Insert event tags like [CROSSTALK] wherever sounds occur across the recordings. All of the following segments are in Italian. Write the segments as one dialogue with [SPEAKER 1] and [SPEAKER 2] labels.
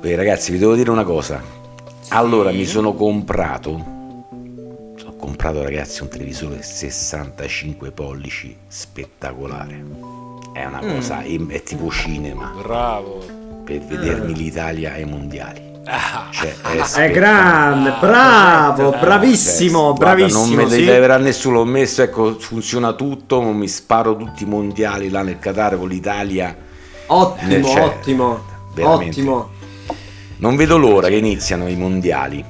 [SPEAKER 1] Beh, ragazzi, vi devo dire una cosa. Allora mi sono comprato. Ho comprato, ragazzi, un televisore 65 pollici spettacolare. È una
[SPEAKER 2] Mm.
[SPEAKER 1] cosa, è tipo cinema
[SPEAKER 3] Bravo.
[SPEAKER 1] per vedermi l'Italia ai mondiali. Cioè, è,
[SPEAKER 2] Eh. Ah. È
[SPEAKER 1] spettacolare.
[SPEAKER 2] grande, bravo, bravissimo,
[SPEAKER 1] Ah, Cioè, Guarda,
[SPEAKER 2] bravissimo.
[SPEAKER 1] Non me ne
[SPEAKER 2] sì.
[SPEAKER 1] leverà nessuno. Ho messo, ecco, funziona tutto. Mi sparo tutti i mondiali là nel Qatar con l'Italia.
[SPEAKER 2] Ottimo,
[SPEAKER 1] Cioè,
[SPEAKER 2] ottimo,
[SPEAKER 1] veramente.
[SPEAKER 2] ottimo.
[SPEAKER 1] Non vedo l'ora che iniziano i mondiali.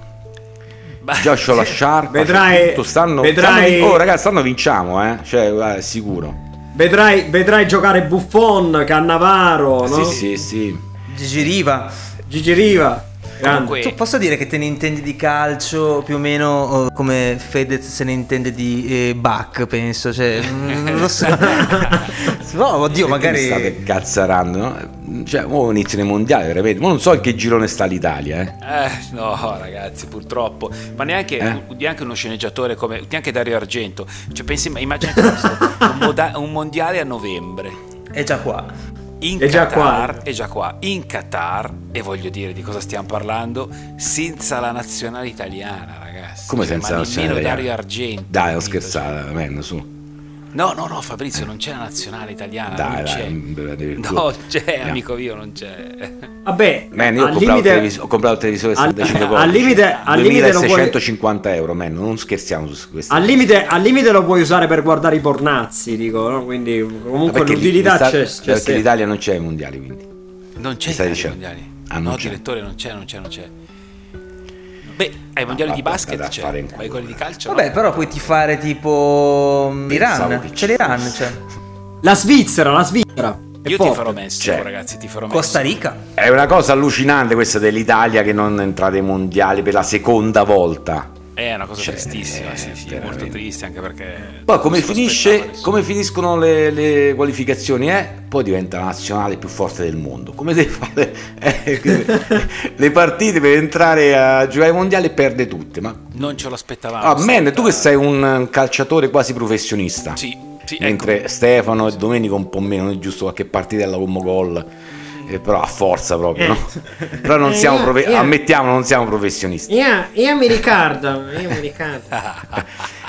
[SPEAKER 3] eh,
[SPEAKER 1] Già ho la sciarpa. c'ho
[SPEAKER 2] Vedrai-
[SPEAKER 1] tutto. Stanno,
[SPEAKER 2] vedrai-
[SPEAKER 1] stanno- oh, ragazzi, stanno vinciamo, eh. Cioè, guarda, è sicuro.
[SPEAKER 2] Vedrai, vedrai giocare Buffon, Cannavaro, Oh, no?
[SPEAKER 1] Sì, sì, sì.
[SPEAKER 4] Gigi Riva.
[SPEAKER 2] Gigi Riva. Grande.
[SPEAKER 3] Comunque,
[SPEAKER 4] Tu posso dire che te ne intendi di calcio più o meno eh, come Fedez se ne intende di eh, Bach, penso. Cioè, mm, non
[SPEAKER 3] [LAUGHS]
[SPEAKER 4] lo so. no,
[SPEAKER 1] Perché mi
[SPEAKER 4] oddio, magari.
[SPEAKER 1] state cazzarando, no? Cioè, ora iniziano i mondiali, veramente. Ma non so in che girone sta l'Italia, eh.
[SPEAKER 3] Eh, no, ragazzi, purtroppo. Ma neanche,
[SPEAKER 1] Eh?
[SPEAKER 3] neanche uno sceneggiatore come. neanche Dario Argento. Cioè, pensi, ma immagina questo: un, moda- un mondiale a novembre.
[SPEAKER 4] È già qua.
[SPEAKER 3] In
[SPEAKER 2] È già
[SPEAKER 3] Qatar,
[SPEAKER 2] qua.
[SPEAKER 3] È già qua. In Qatar, e voglio dire di cosa stiamo parlando, senza la nazionale italiana, ragazzi.
[SPEAKER 1] Come
[SPEAKER 3] Cioè,
[SPEAKER 1] senza
[SPEAKER 3] ma
[SPEAKER 1] la
[SPEAKER 3] nemmeno
[SPEAKER 1] nazionale italiana?
[SPEAKER 3] Dario Argento.
[SPEAKER 1] Dai, ho
[SPEAKER 3] capito?
[SPEAKER 1] scherzato, man, su.
[SPEAKER 3] Cioè, No, no, no, Fabrizio, non c'è la nazionale italiana.
[SPEAKER 1] Dai,
[SPEAKER 3] non c'è.
[SPEAKER 1] dai. mm,
[SPEAKER 3] No, c'è,
[SPEAKER 1] Andiamo.
[SPEAKER 3] amico mio, non c'è.
[SPEAKER 2] Vabbè,
[SPEAKER 1] Man, io ho
[SPEAKER 2] al
[SPEAKER 1] comprato, il
[SPEAKER 2] limite,
[SPEAKER 1] televis- ho comprato il televisore
[SPEAKER 2] al-
[SPEAKER 1] 65
[SPEAKER 2] al
[SPEAKER 1] pollici.
[SPEAKER 2] limite- al limite lo puoi-
[SPEAKER 1] 2650 euro, man, non scherziamo su questo.
[SPEAKER 2] al limite- al limite lo puoi usare per guardare i pornazzi, dico, no? Quindi comunque
[SPEAKER 1] Perché
[SPEAKER 2] l'utilità
[SPEAKER 1] l'Ita-
[SPEAKER 2] c'è, c'è
[SPEAKER 1] perché
[SPEAKER 2] sempre.
[SPEAKER 1] l'Italia non c'è ai mondiali, quindi.
[SPEAKER 3] Non c'è
[SPEAKER 1] Mi stai
[SPEAKER 3] ai
[SPEAKER 1] dicendo?
[SPEAKER 3] mondiali.
[SPEAKER 1] Ah, non
[SPEAKER 3] no,
[SPEAKER 1] c'è.
[SPEAKER 3] direttore, non c'è, non c'è, non c'è. Beh, ai mondiali
[SPEAKER 1] vabbè,
[SPEAKER 3] di
[SPEAKER 1] da
[SPEAKER 3] basket
[SPEAKER 1] fare in
[SPEAKER 3] c'è,
[SPEAKER 1] culo, eh.
[SPEAKER 3] ma ai quelli di calcio.
[SPEAKER 4] Vabbè,
[SPEAKER 3] no.
[SPEAKER 4] però puoi tifare tipo mm,
[SPEAKER 1] Pensavo
[SPEAKER 4] l'Iran.
[SPEAKER 1] che
[SPEAKER 4] C'è
[SPEAKER 1] ci
[SPEAKER 4] l'Iran,
[SPEAKER 1] fosse.
[SPEAKER 4] cioè.
[SPEAKER 2] La Svizzera, la Svizzera. È
[SPEAKER 3] Io ti
[SPEAKER 2] forte.
[SPEAKER 3] farò messo,
[SPEAKER 1] C'è.
[SPEAKER 3] ragazzi, ti farò messo.
[SPEAKER 4] Costa Rica.
[SPEAKER 1] È una cosa allucinante questa dell'Italia che non è entrata ai mondiali per la seconda volta.
[SPEAKER 3] È una cosa
[SPEAKER 1] Cioè,
[SPEAKER 3] tristissima,
[SPEAKER 1] eh,
[SPEAKER 3] sì, sì,
[SPEAKER 1] veramente.
[SPEAKER 3] molto triste anche perché...
[SPEAKER 1] Poi come,
[SPEAKER 3] non se lo aspettava
[SPEAKER 1] finisce,
[SPEAKER 3] nessuno.
[SPEAKER 1] come finiscono le, le qualificazioni? Eh? Poi diventa la nazionale più forte del mondo. Come deve fare [LAUGHS] eh, le partite per entrare a giocare ai mondiali e perde tutte? Ma
[SPEAKER 3] Non ce lo aspettavamo.
[SPEAKER 1] ah, man, tu che sei
[SPEAKER 3] stai
[SPEAKER 1] un calciatore quasi professionista.
[SPEAKER 3] Sì, sì,
[SPEAKER 1] Mentre
[SPEAKER 3] ecco.
[SPEAKER 1] Stefano e Domenico un po' meno, è giusto qualche partitella con gol, eh, però a forza proprio, no? Però non
[SPEAKER 2] Eh,
[SPEAKER 1] siamo
[SPEAKER 2] io-
[SPEAKER 1] profe-
[SPEAKER 2] io-
[SPEAKER 1] ammettiamo, non siamo professionisti.
[SPEAKER 2] Io, io mi ricordo, io mi ricordo.
[SPEAKER 3] [LAUGHS]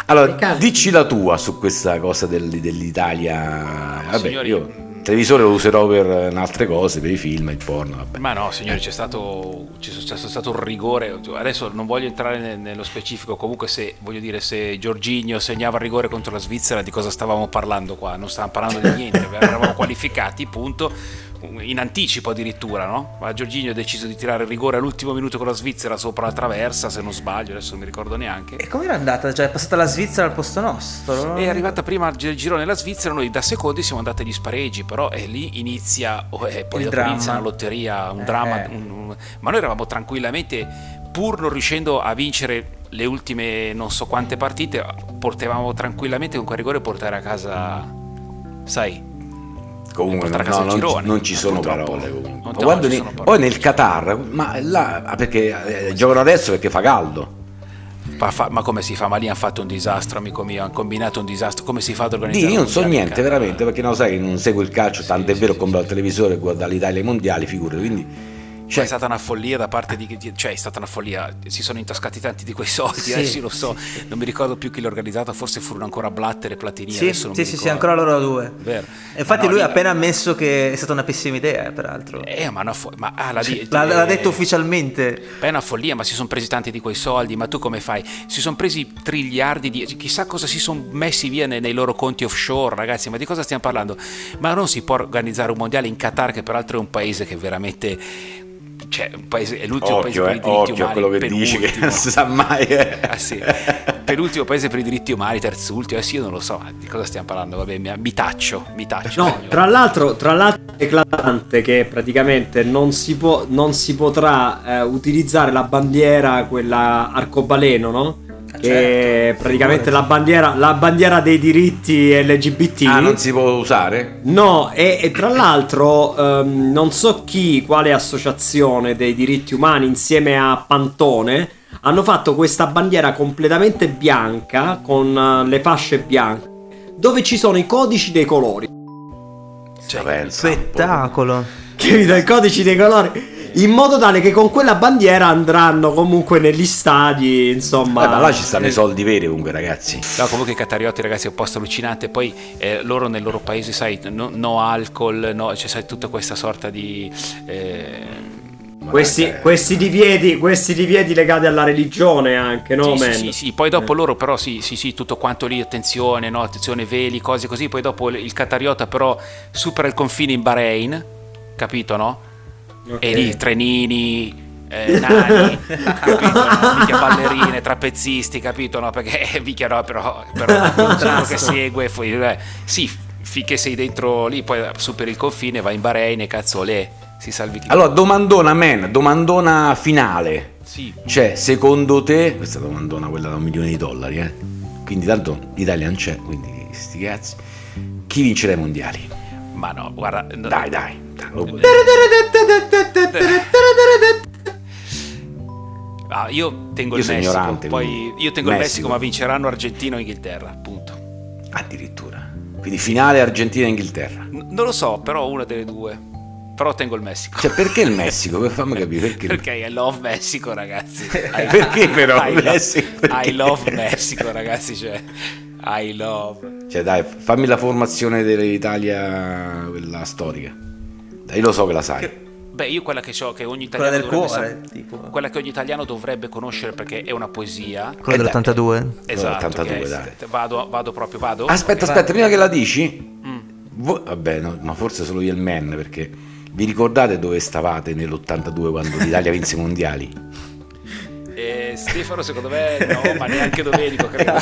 [SPEAKER 1] Allora,
[SPEAKER 2] Riccardo.
[SPEAKER 1] dici la tua su questa cosa del- dell'Italia. Vabbè,
[SPEAKER 3] Signori-
[SPEAKER 1] io il televisore lo userò per eh, altre cose, per i film, il porno, vabbè.
[SPEAKER 3] Ma no, signori, c'è stato, c'è so- c'è stato un rigore. Adesso non voglio entrare ne- nello specifico. Comunque, se voglio dire, se Giorginio segnava il rigore contro la Svizzera, di cosa stavamo parlando qua? Non stavamo parlando di niente, eravamo qualificati, punto. In anticipo addirittura, no? Ma Giorginio ha deciso di tirare il rigore all'ultimo minuto con la Svizzera sopra la traversa, se non sbaglio, adesso non mi ricordo neanche.
[SPEAKER 4] E com'era andata? Cioè, è passata la Svizzera al posto nostro.
[SPEAKER 3] È arrivata prima al gi- girone la Svizzera, noi da secondi siamo andati agli spareggi, però e lì inizia, oh, eh, poi
[SPEAKER 4] Il
[SPEAKER 3] dopo
[SPEAKER 4] dramma.
[SPEAKER 3] inizia una lotteria, un
[SPEAKER 4] Eh,
[SPEAKER 3] dramma,
[SPEAKER 4] eh.
[SPEAKER 3] un- un- ma noi eravamo tranquillamente, pur non riuscendo a vincere le ultime non so quante partite, potevamo tranquillamente con quel rigore portare a casa, sai,
[SPEAKER 1] Comunque,
[SPEAKER 3] portare a
[SPEAKER 1] no,
[SPEAKER 3] casa il
[SPEAKER 1] non,
[SPEAKER 3] girone,
[SPEAKER 1] non ci
[SPEAKER 3] eh,
[SPEAKER 1] sono
[SPEAKER 3] purtroppo.
[SPEAKER 1] parole. comunque.
[SPEAKER 3] Non
[SPEAKER 1] Ma
[SPEAKER 3] te-
[SPEAKER 1] quando
[SPEAKER 3] non
[SPEAKER 1] ne-
[SPEAKER 3] ci sono parole.
[SPEAKER 1] poi nel Qatar, ma là ah, perché eh, giocano adesso perché fa caldo.
[SPEAKER 3] ma, fa- ma come si fa? Ma lì hanno fatto un disastro, amico mio, hanno combinato un disastro, come si fa ad organizzare?
[SPEAKER 1] Dì, io
[SPEAKER 3] un
[SPEAKER 1] non so
[SPEAKER 3] mondiale in
[SPEAKER 1] niente,
[SPEAKER 3] Qatar?
[SPEAKER 1] veramente, perché non sai che non seguo il calcio,
[SPEAKER 3] Sì,
[SPEAKER 1] tanto è
[SPEAKER 3] sì,
[SPEAKER 1] vero, ho
[SPEAKER 3] sì,
[SPEAKER 1] comprato
[SPEAKER 3] sì.
[SPEAKER 1] il televisore, guarda l'Italia ai mondiali, figurati, quindi... Cioè,
[SPEAKER 3] Cioè, è stata una follia da parte di. di- Cioè, è stata una follia. Si sono intascati tanti di quei soldi.
[SPEAKER 4] Sì,
[SPEAKER 3] adesso io lo so, non mi ricordo più chi l'ha organizzata. Forse furono ancora Blatter e Platini.
[SPEAKER 4] Sì,
[SPEAKER 3] adesso
[SPEAKER 4] sì,
[SPEAKER 3] non
[SPEAKER 4] sì,
[SPEAKER 3] mi
[SPEAKER 4] sì,
[SPEAKER 3] ricordo.
[SPEAKER 4] ancora loro due.
[SPEAKER 3] Vero.
[SPEAKER 4] E Infatti,
[SPEAKER 3] Ma no,
[SPEAKER 4] lui ha
[SPEAKER 3] lì-
[SPEAKER 4] appena ammesso che è stata una pessima idea, eh, peraltro.
[SPEAKER 3] Eh, ma una fo- ma- ah, la di-
[SPEAKER 4] L'ha,
[SPEAKER 3] eh,
[SPEAKER 4] l'ha detto ufficialmente.
[SPEAKER 3] Beh, È una follia, ma si sono presi tanti di quei soldi. Ma tu come fai? Si sono presi triliardi di. Chissà cosa si sono messi via nei, nei loro conti offshore, ragazzi. Ma di cosa stiamo parlando? Ma non si può organizzare un mondiale in Qatar, che peraltro è un paese che veramente. Cioè, un paese, è l'ultimo
[SPEAKER 1] occhio, eh,
[SPEAKER 3] paese per i diritti
[SPEAKER 1] occhio a
[SPEAKER 3] umani.
[SPEAKER 1] quello che dici, che
[SPEAKER 3] penultimo.
[SPEAKER 1] non si sa mai. eh.
[SPEAKER 3] Ah, sì. Penultimo paese per i diritti umani, terzultimo, adesso io non lo so, ma di cosa stiamo parlando? Vabbè, mi, mi taccio, mi taccio.
[SPEAKER 2] No,
[SPEAKER 3] signori.
[SPEAKER 2] tra l'altro, tra l'altro è eclatante che praticamente non si, può, non si potrà eh, utilizzare la bandiera, quella arcobaleno, no?
[SPEAKER 1] Ah,
[SPEAKER 2] Che è
[SPEAKER 4] certo,
[SPEAKER 2] praticamente
[SPEAKER 4] figurati.
[SPEAKER 2] la bandiera, la bandiera dei diritti LGBT.
[SPEAKER 1] Ah, non si può usare?
[SPEAKER 2] No, e, e tra l'altro ehm, non so chi, quale associazione dei diritti umani insieme a Pantone hanno fatto questa bandiera completamente bianca con eh, le fasce bianche dove ci sono i codici dei colori.
[SPEAKER 1] Cioè, pensa un po'.
[SPEAKER 4] Spettacolo.
[SPEAKER 2] Capito? I codici dei colori. in modo tale che con quella bandiera andranno comunque negli stadi, insomma.
[SPEAKER 1] Eh, ma là ci stanno i soldi veri comunque ragazzi.
[SPEAKER 3] No, comunque i catariotti, ragazzi, è un posto allucinante. Poi eh, loro nel loro paese, sai, no, no alcol, no, cioè, sai, tutta questa sorta di. eh,
[SPEAKER 1] Ma
[SPEAKER 2] Questi,
[SPEAKER 1] dai, eh,
[SPEAKER 2] questi divieti, questi divieti legati alla religione anche, no?
[SPEAKER 3] sì,
[SPEAKER 2] man? Eh.
[SPEAKER 3] sì, sì, sì. poi dopo loro però sì, sì, sì, tutto quanto lì, attenzione, no, attenzione, veli, cose così, poi dopo il- il catariota però supera il confine in Bahrain, capito no?
[SPEAKER 2] Ok.
[SPEAKER 3] E lì trenini, eh, nani,
[SPEAKER 1] [LAUGHS]
[SPEAKER 3] capito? no? Mica ballerine, trapezzisti, capito no? Perché mica no, però, però
[SPEAKER 1] [LAUGHS]
[SPEAKER 3] quello che segue, poi, eh, sì, finché sei dentro lì, poi superi il confine, vai in Bahrain e cazzo, le, si salvi chi
[SPEAKER 1] Allora, domandona man, domandona finale.
[SPEAKER 3] Sì.
[SPEAKER 1] Cioè, secondo te, questa è la domandona quella da un milione di dollari, eh? Quindi tanto l'Italia non c'è, quindi sti cazzi. Chi vincerà i mondiali?
[SPEAKER 3] Ma no, guarda,
[SPEAKER 1] Dai, dai. dai, lo-
[SPEAKER 3] Ah, io tengo
[SPEAKER 1] Io
[SPEAKER 3] il
[SPEAKER 1] sono
[SPEAKER 3] Messico,
[SPEAKER 1] ignorante,
[SPEAKER 3] poi
[SPEAKER 1] quindi.
[SPEAKER 3] io tengo il
[SPEAKER 1] Messico.
[SPEAKER 3] Messico, ma vinceranno Argentina o Inghilterra, punto.
[SPEAKER 1] Addirittura. Quindi finale Argentina-Inghilterra.
[SPEAKER 3] N- non lo so, però una delle due. Però tengo il Messico.
[SPEAKER 1] Cioè, perché il Messico? [LAUGHS] Fammi capire perché.
[SPEAKER 3] Perché I love Messico, ragazzi. I-
[SPEAKER 1] [LAUGHS] Perché però
[SPEAKER 3] I,
[SPEAKER 1] il
[SPEAKER 3] lo-
[SPEAKER 1] Messico? Perché?
[SPEAKER 3] I love Messico, ragazzi, cioè I love.
[SPEAKER 1] Cioè, dai, fammi la formazione dell'Italia, quella storica. Dai, io lo so che la sai.
[SPEAKER 3] Beh, io quella che so che ogni
[SPEAKER 4] Quella
[SPEAKER 3] italiano
[SPEAKER 4] del
[SPEAKER 3] dovrebbe
[SPEAKER 4] cuore,
[SPEAKER 3] sa-
[SPEAKER 4] tipo. Quella
[SPEAKER 3] quella che ogni italiano dovrebbe conoscere perché è una poesia.
[SPEAKER 1] Eh, dai.
[SPEAKER 4] dell'82.
[SPEAKER 3] Esatto,
[SPEAKER 1] 82,
[SPEAKER 3] che-
[SPEAKER 1] dai. Ah,
[SPEAKER 3] Vado, vado proprio, vado.
[SPEAKER 2] Oh,
[SPEAKER 1] Aspetta,
[SPEAKER 4] Vai.
[SPEAKER 1] aspetta, prima che la dici.
[SPEAKER 3] Mm.
[SPEAKER 1] Vo- vabbè, no, ma forse solo io e il man, perché vi ricordate dove stavate nell'82 quando l'Italia vinse i mondiali?
[SPEAKER 3] Eh, Stefano, secondo me, no, ma neanche Domenico,
[SPEAKER 1] [LAUGHS]
[SPEAKER 3] credo.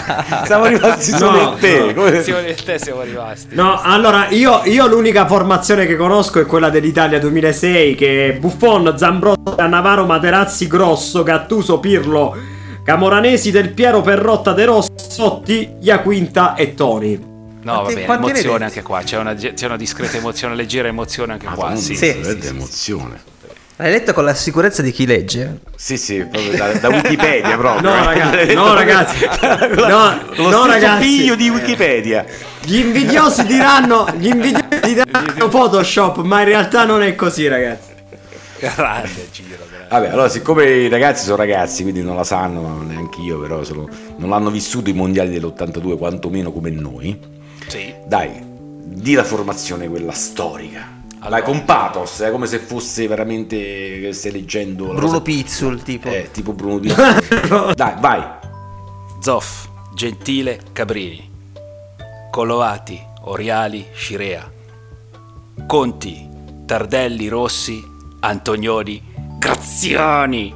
[SPEAKER 1] Siamo rimasti solo
[SPEAKER 2] No,
[SPEAKER 1] in te.
[SPEAKER 2] no.
[SPEAKER 1] come-
[SPEAKER 3] Siamo nel te siamo rimasti.
[SPEAKER 2] No, allora io, io l'unica formazione che conosco è quella dell'Italia 2006 che è Buffon, Zambrotta, Navarro, Materazzi, Grosso, Gattuso, Pirlo, Camoranesi, Del Piero, Perrotta, De Rossi, Sotti, Iaquinta e Toni.
[SPEAKER 3] No, va
[SPEAKER 4] Quanti-
[SPEAKER 3] bene,
[SPEAKER 4] quanti ne
[SPEAKER 3] emozione
[SPEAKER 4] vedi?
[SPEAKER 3] anche qua. C'è una, c'è una discreta emozione, leggera emozione anche
[SPEAKER 1] Ah,
[SPEAKER 3] qua.
[SPEAKER 1] comunque,
[SPEAKER 3] Sì,
[SPEAKER 4] sì,
[SPEAKER 3] sì,
[SPEAKER 1] veramente
[SPEAKER 3] sì, sì, sì.
[SPEAKER 1] emozione.
[SPEAKER 4] L'hai letta con la sicurezza di chi legge.
[SPEAKER 1] Sì, sì, proprio da, da Wikipedia
[SPEAKER 2] [LAUGHS]
[SPEAKER 1] proprio.
[SPEAKER 2] No,
[SPEAKER 1] eh. [LAUGHS]
[SPEAKER 2] ragazzi, no, ragazzi. No,
[SPEAKER 1] Lo
[SPEAKER 2] no,
[SPEAKER 1] stesso
[SPEAKER 2] ragazzi.
[SPEAKER 1] figlio di Wikipedia.
[SPEAKER 2] Gli invidiosi diranno, gli invidiosi diranno Photoshop, ma in realtà non è così ragazzi.
[SPEAKER 3] Grande giro, grande.
[SPEAKER 1] Vabbè, allora, siccome i ragazzi sono ragazzi, quindi non la sanno, ma neanche io, però sono- non l'hanno vissuto i mondiali dell'82, quantomeno come noi.
[SPEAKER 3] Sì.
[SPEAKER 1] Dai, di la formazione quella storica. Dai,
[SPEAKER 3] Allora.
[SPEAKER 1] con pathos, eh, come se fosse veramente che stai leggendo la
[SPEAKER 4] Bruno
[SPEAKER 1] cosa-
[SPEAKER 4] Pizzul, tipo.
[SPEAKER 1] eh, tipo Bruno Pizzul. Dai, vai.
[SPEAKER 3] Zoff, Gentile, Cabrini. Collovati, Oriali, Scirea. Conti, Tardelli, Rossi, Antonioni, Graziani.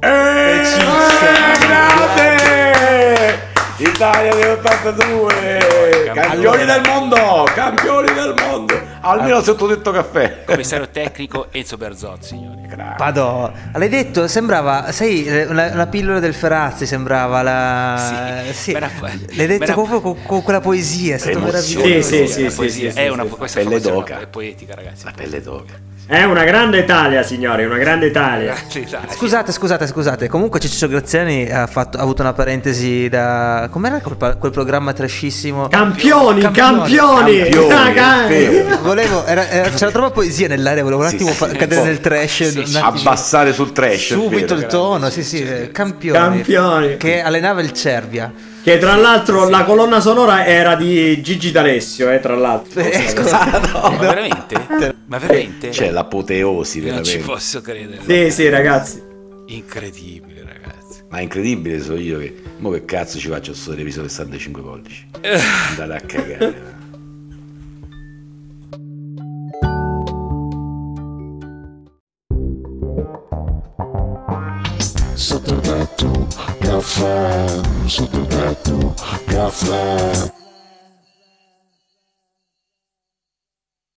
[SPEAKER 3] Eh,
[SPEAKER 1] Eh,
[SPEAKER 2] Eh!
[SPEAKER 1] grande! Italia dell'82! Campioni del mondo! Campioni del mondo! Almeno sottodetto caffè.
[SPEAKER 3] Commissario tecnico Enzo Berzot, signori.
[SPEAKER 4] Padò, l'hai detto, sembrava, sai, eh, la, la pillola del Ferrazzi sembrava la...
[SPEAKER 3] Sì, me la-
[SPEAKER 4] l'hai detto
[SPEAKER 3] me la-
[SPEAKER 4] proprio con, con quella poesia, è stato
[SPEAKER 1] Emozione.
[SPEAKER 4] meraviglioso.
[SPEAKER 2] Sì, sì, sì,
[SPEAKER 3] La
[SPEAKER 2] sì,
[SPEAKER 3] poesia-
[SPEAKER 2] sì,
[SPEAKER 3] è
[SPEAKER 2] sì,
[SPEAKER 3] una
[SPEAKER 2] sì.
[SPEAKER 3] questa
[SPEAKER 1] Pelle
[SPEAKER 3] formazione
[SPEAKER 1] d'oca.
[SPEAKER 3] è poetica, ragazzi. [LAUGHS]
[SPEAKER 1] La pelle d'oca.
[SPEAKER 2] È una grande Italia signori, una grande Italia.
[SPEAKER 3] Grazie, Italia.
[SPEAKER 4] Scusate, scusate, scusate. Comunque Ciccio Graziani ha, fatto- ha avuto una parentesi da... Com'era quel, pa- quel programma trascissimo?
[SPEAKER 2] Campioni, campioni,
[SPEAKER 4] Campioni.
[SPEAKER 1] Campioni,
[SPEAKER 2] raga.
[SPEAKER 1] vero.
[SPEAKER 4] Volevo, era- era- c'era troppa poesia nell'aria, volevo un
[SPEAKER 1] Sì,
[SPEAKER 4] attimo
[SPEAKER 1] sì,
[SPEAKER 4] fa-
[SPEAKER 1] sì,
[SPEAKER 4] cadere
[SPEAKER 1] un po'.
[SPEAKER 4] nel trash.
[SPEAKER 3] Sì,
[SPEAKER 4] un
[SPEAKER 3] sì.
[SPEAKER 4] attimo.
[SPEAKER 1] Abbassare sul trash. è
[SPEAKER 4] Subito
[SPEAKER 1] vero.
[SPEAKER 4] il tono, sì, sì, eh, campioni.
[SPEAKER 2] Campioni.
[SPEAKER 4] Che allenava il Cervia.
[SPEAKER 2] Che tra l'altro la colonna sonora era di Gigi D'Alessio, eh, tra l'altro.
[SPEAKER 4] Eh,
[SPEAKER 2] Sì,
[SPEAKER 3] ecco.
[SPEAKER 4] scusa, no.
[SPEAKER 3] Ma veramente? Ma veramente?
[SPEAKER 1] C'è l'apoteosi
[SPEAKER 3] Io non ci
[SPEAKER 1] veramente.
[SPEAKER 3] posso credere.
[SPEAKER 2] sì, ragazzi.
[SPEAKER 3] Incredibile,
[SPEAKER 2] [LAUGHS]
[SPEAKER 3] ragazzi.
[SPEAKER 1] Ma è incredibile so io che. Mo che cazzo ci faccio sto televisore 65 pollici? Andate a cagare.
[SPEAKER 5] Sottotetto, caffè, sottotetto, caffè.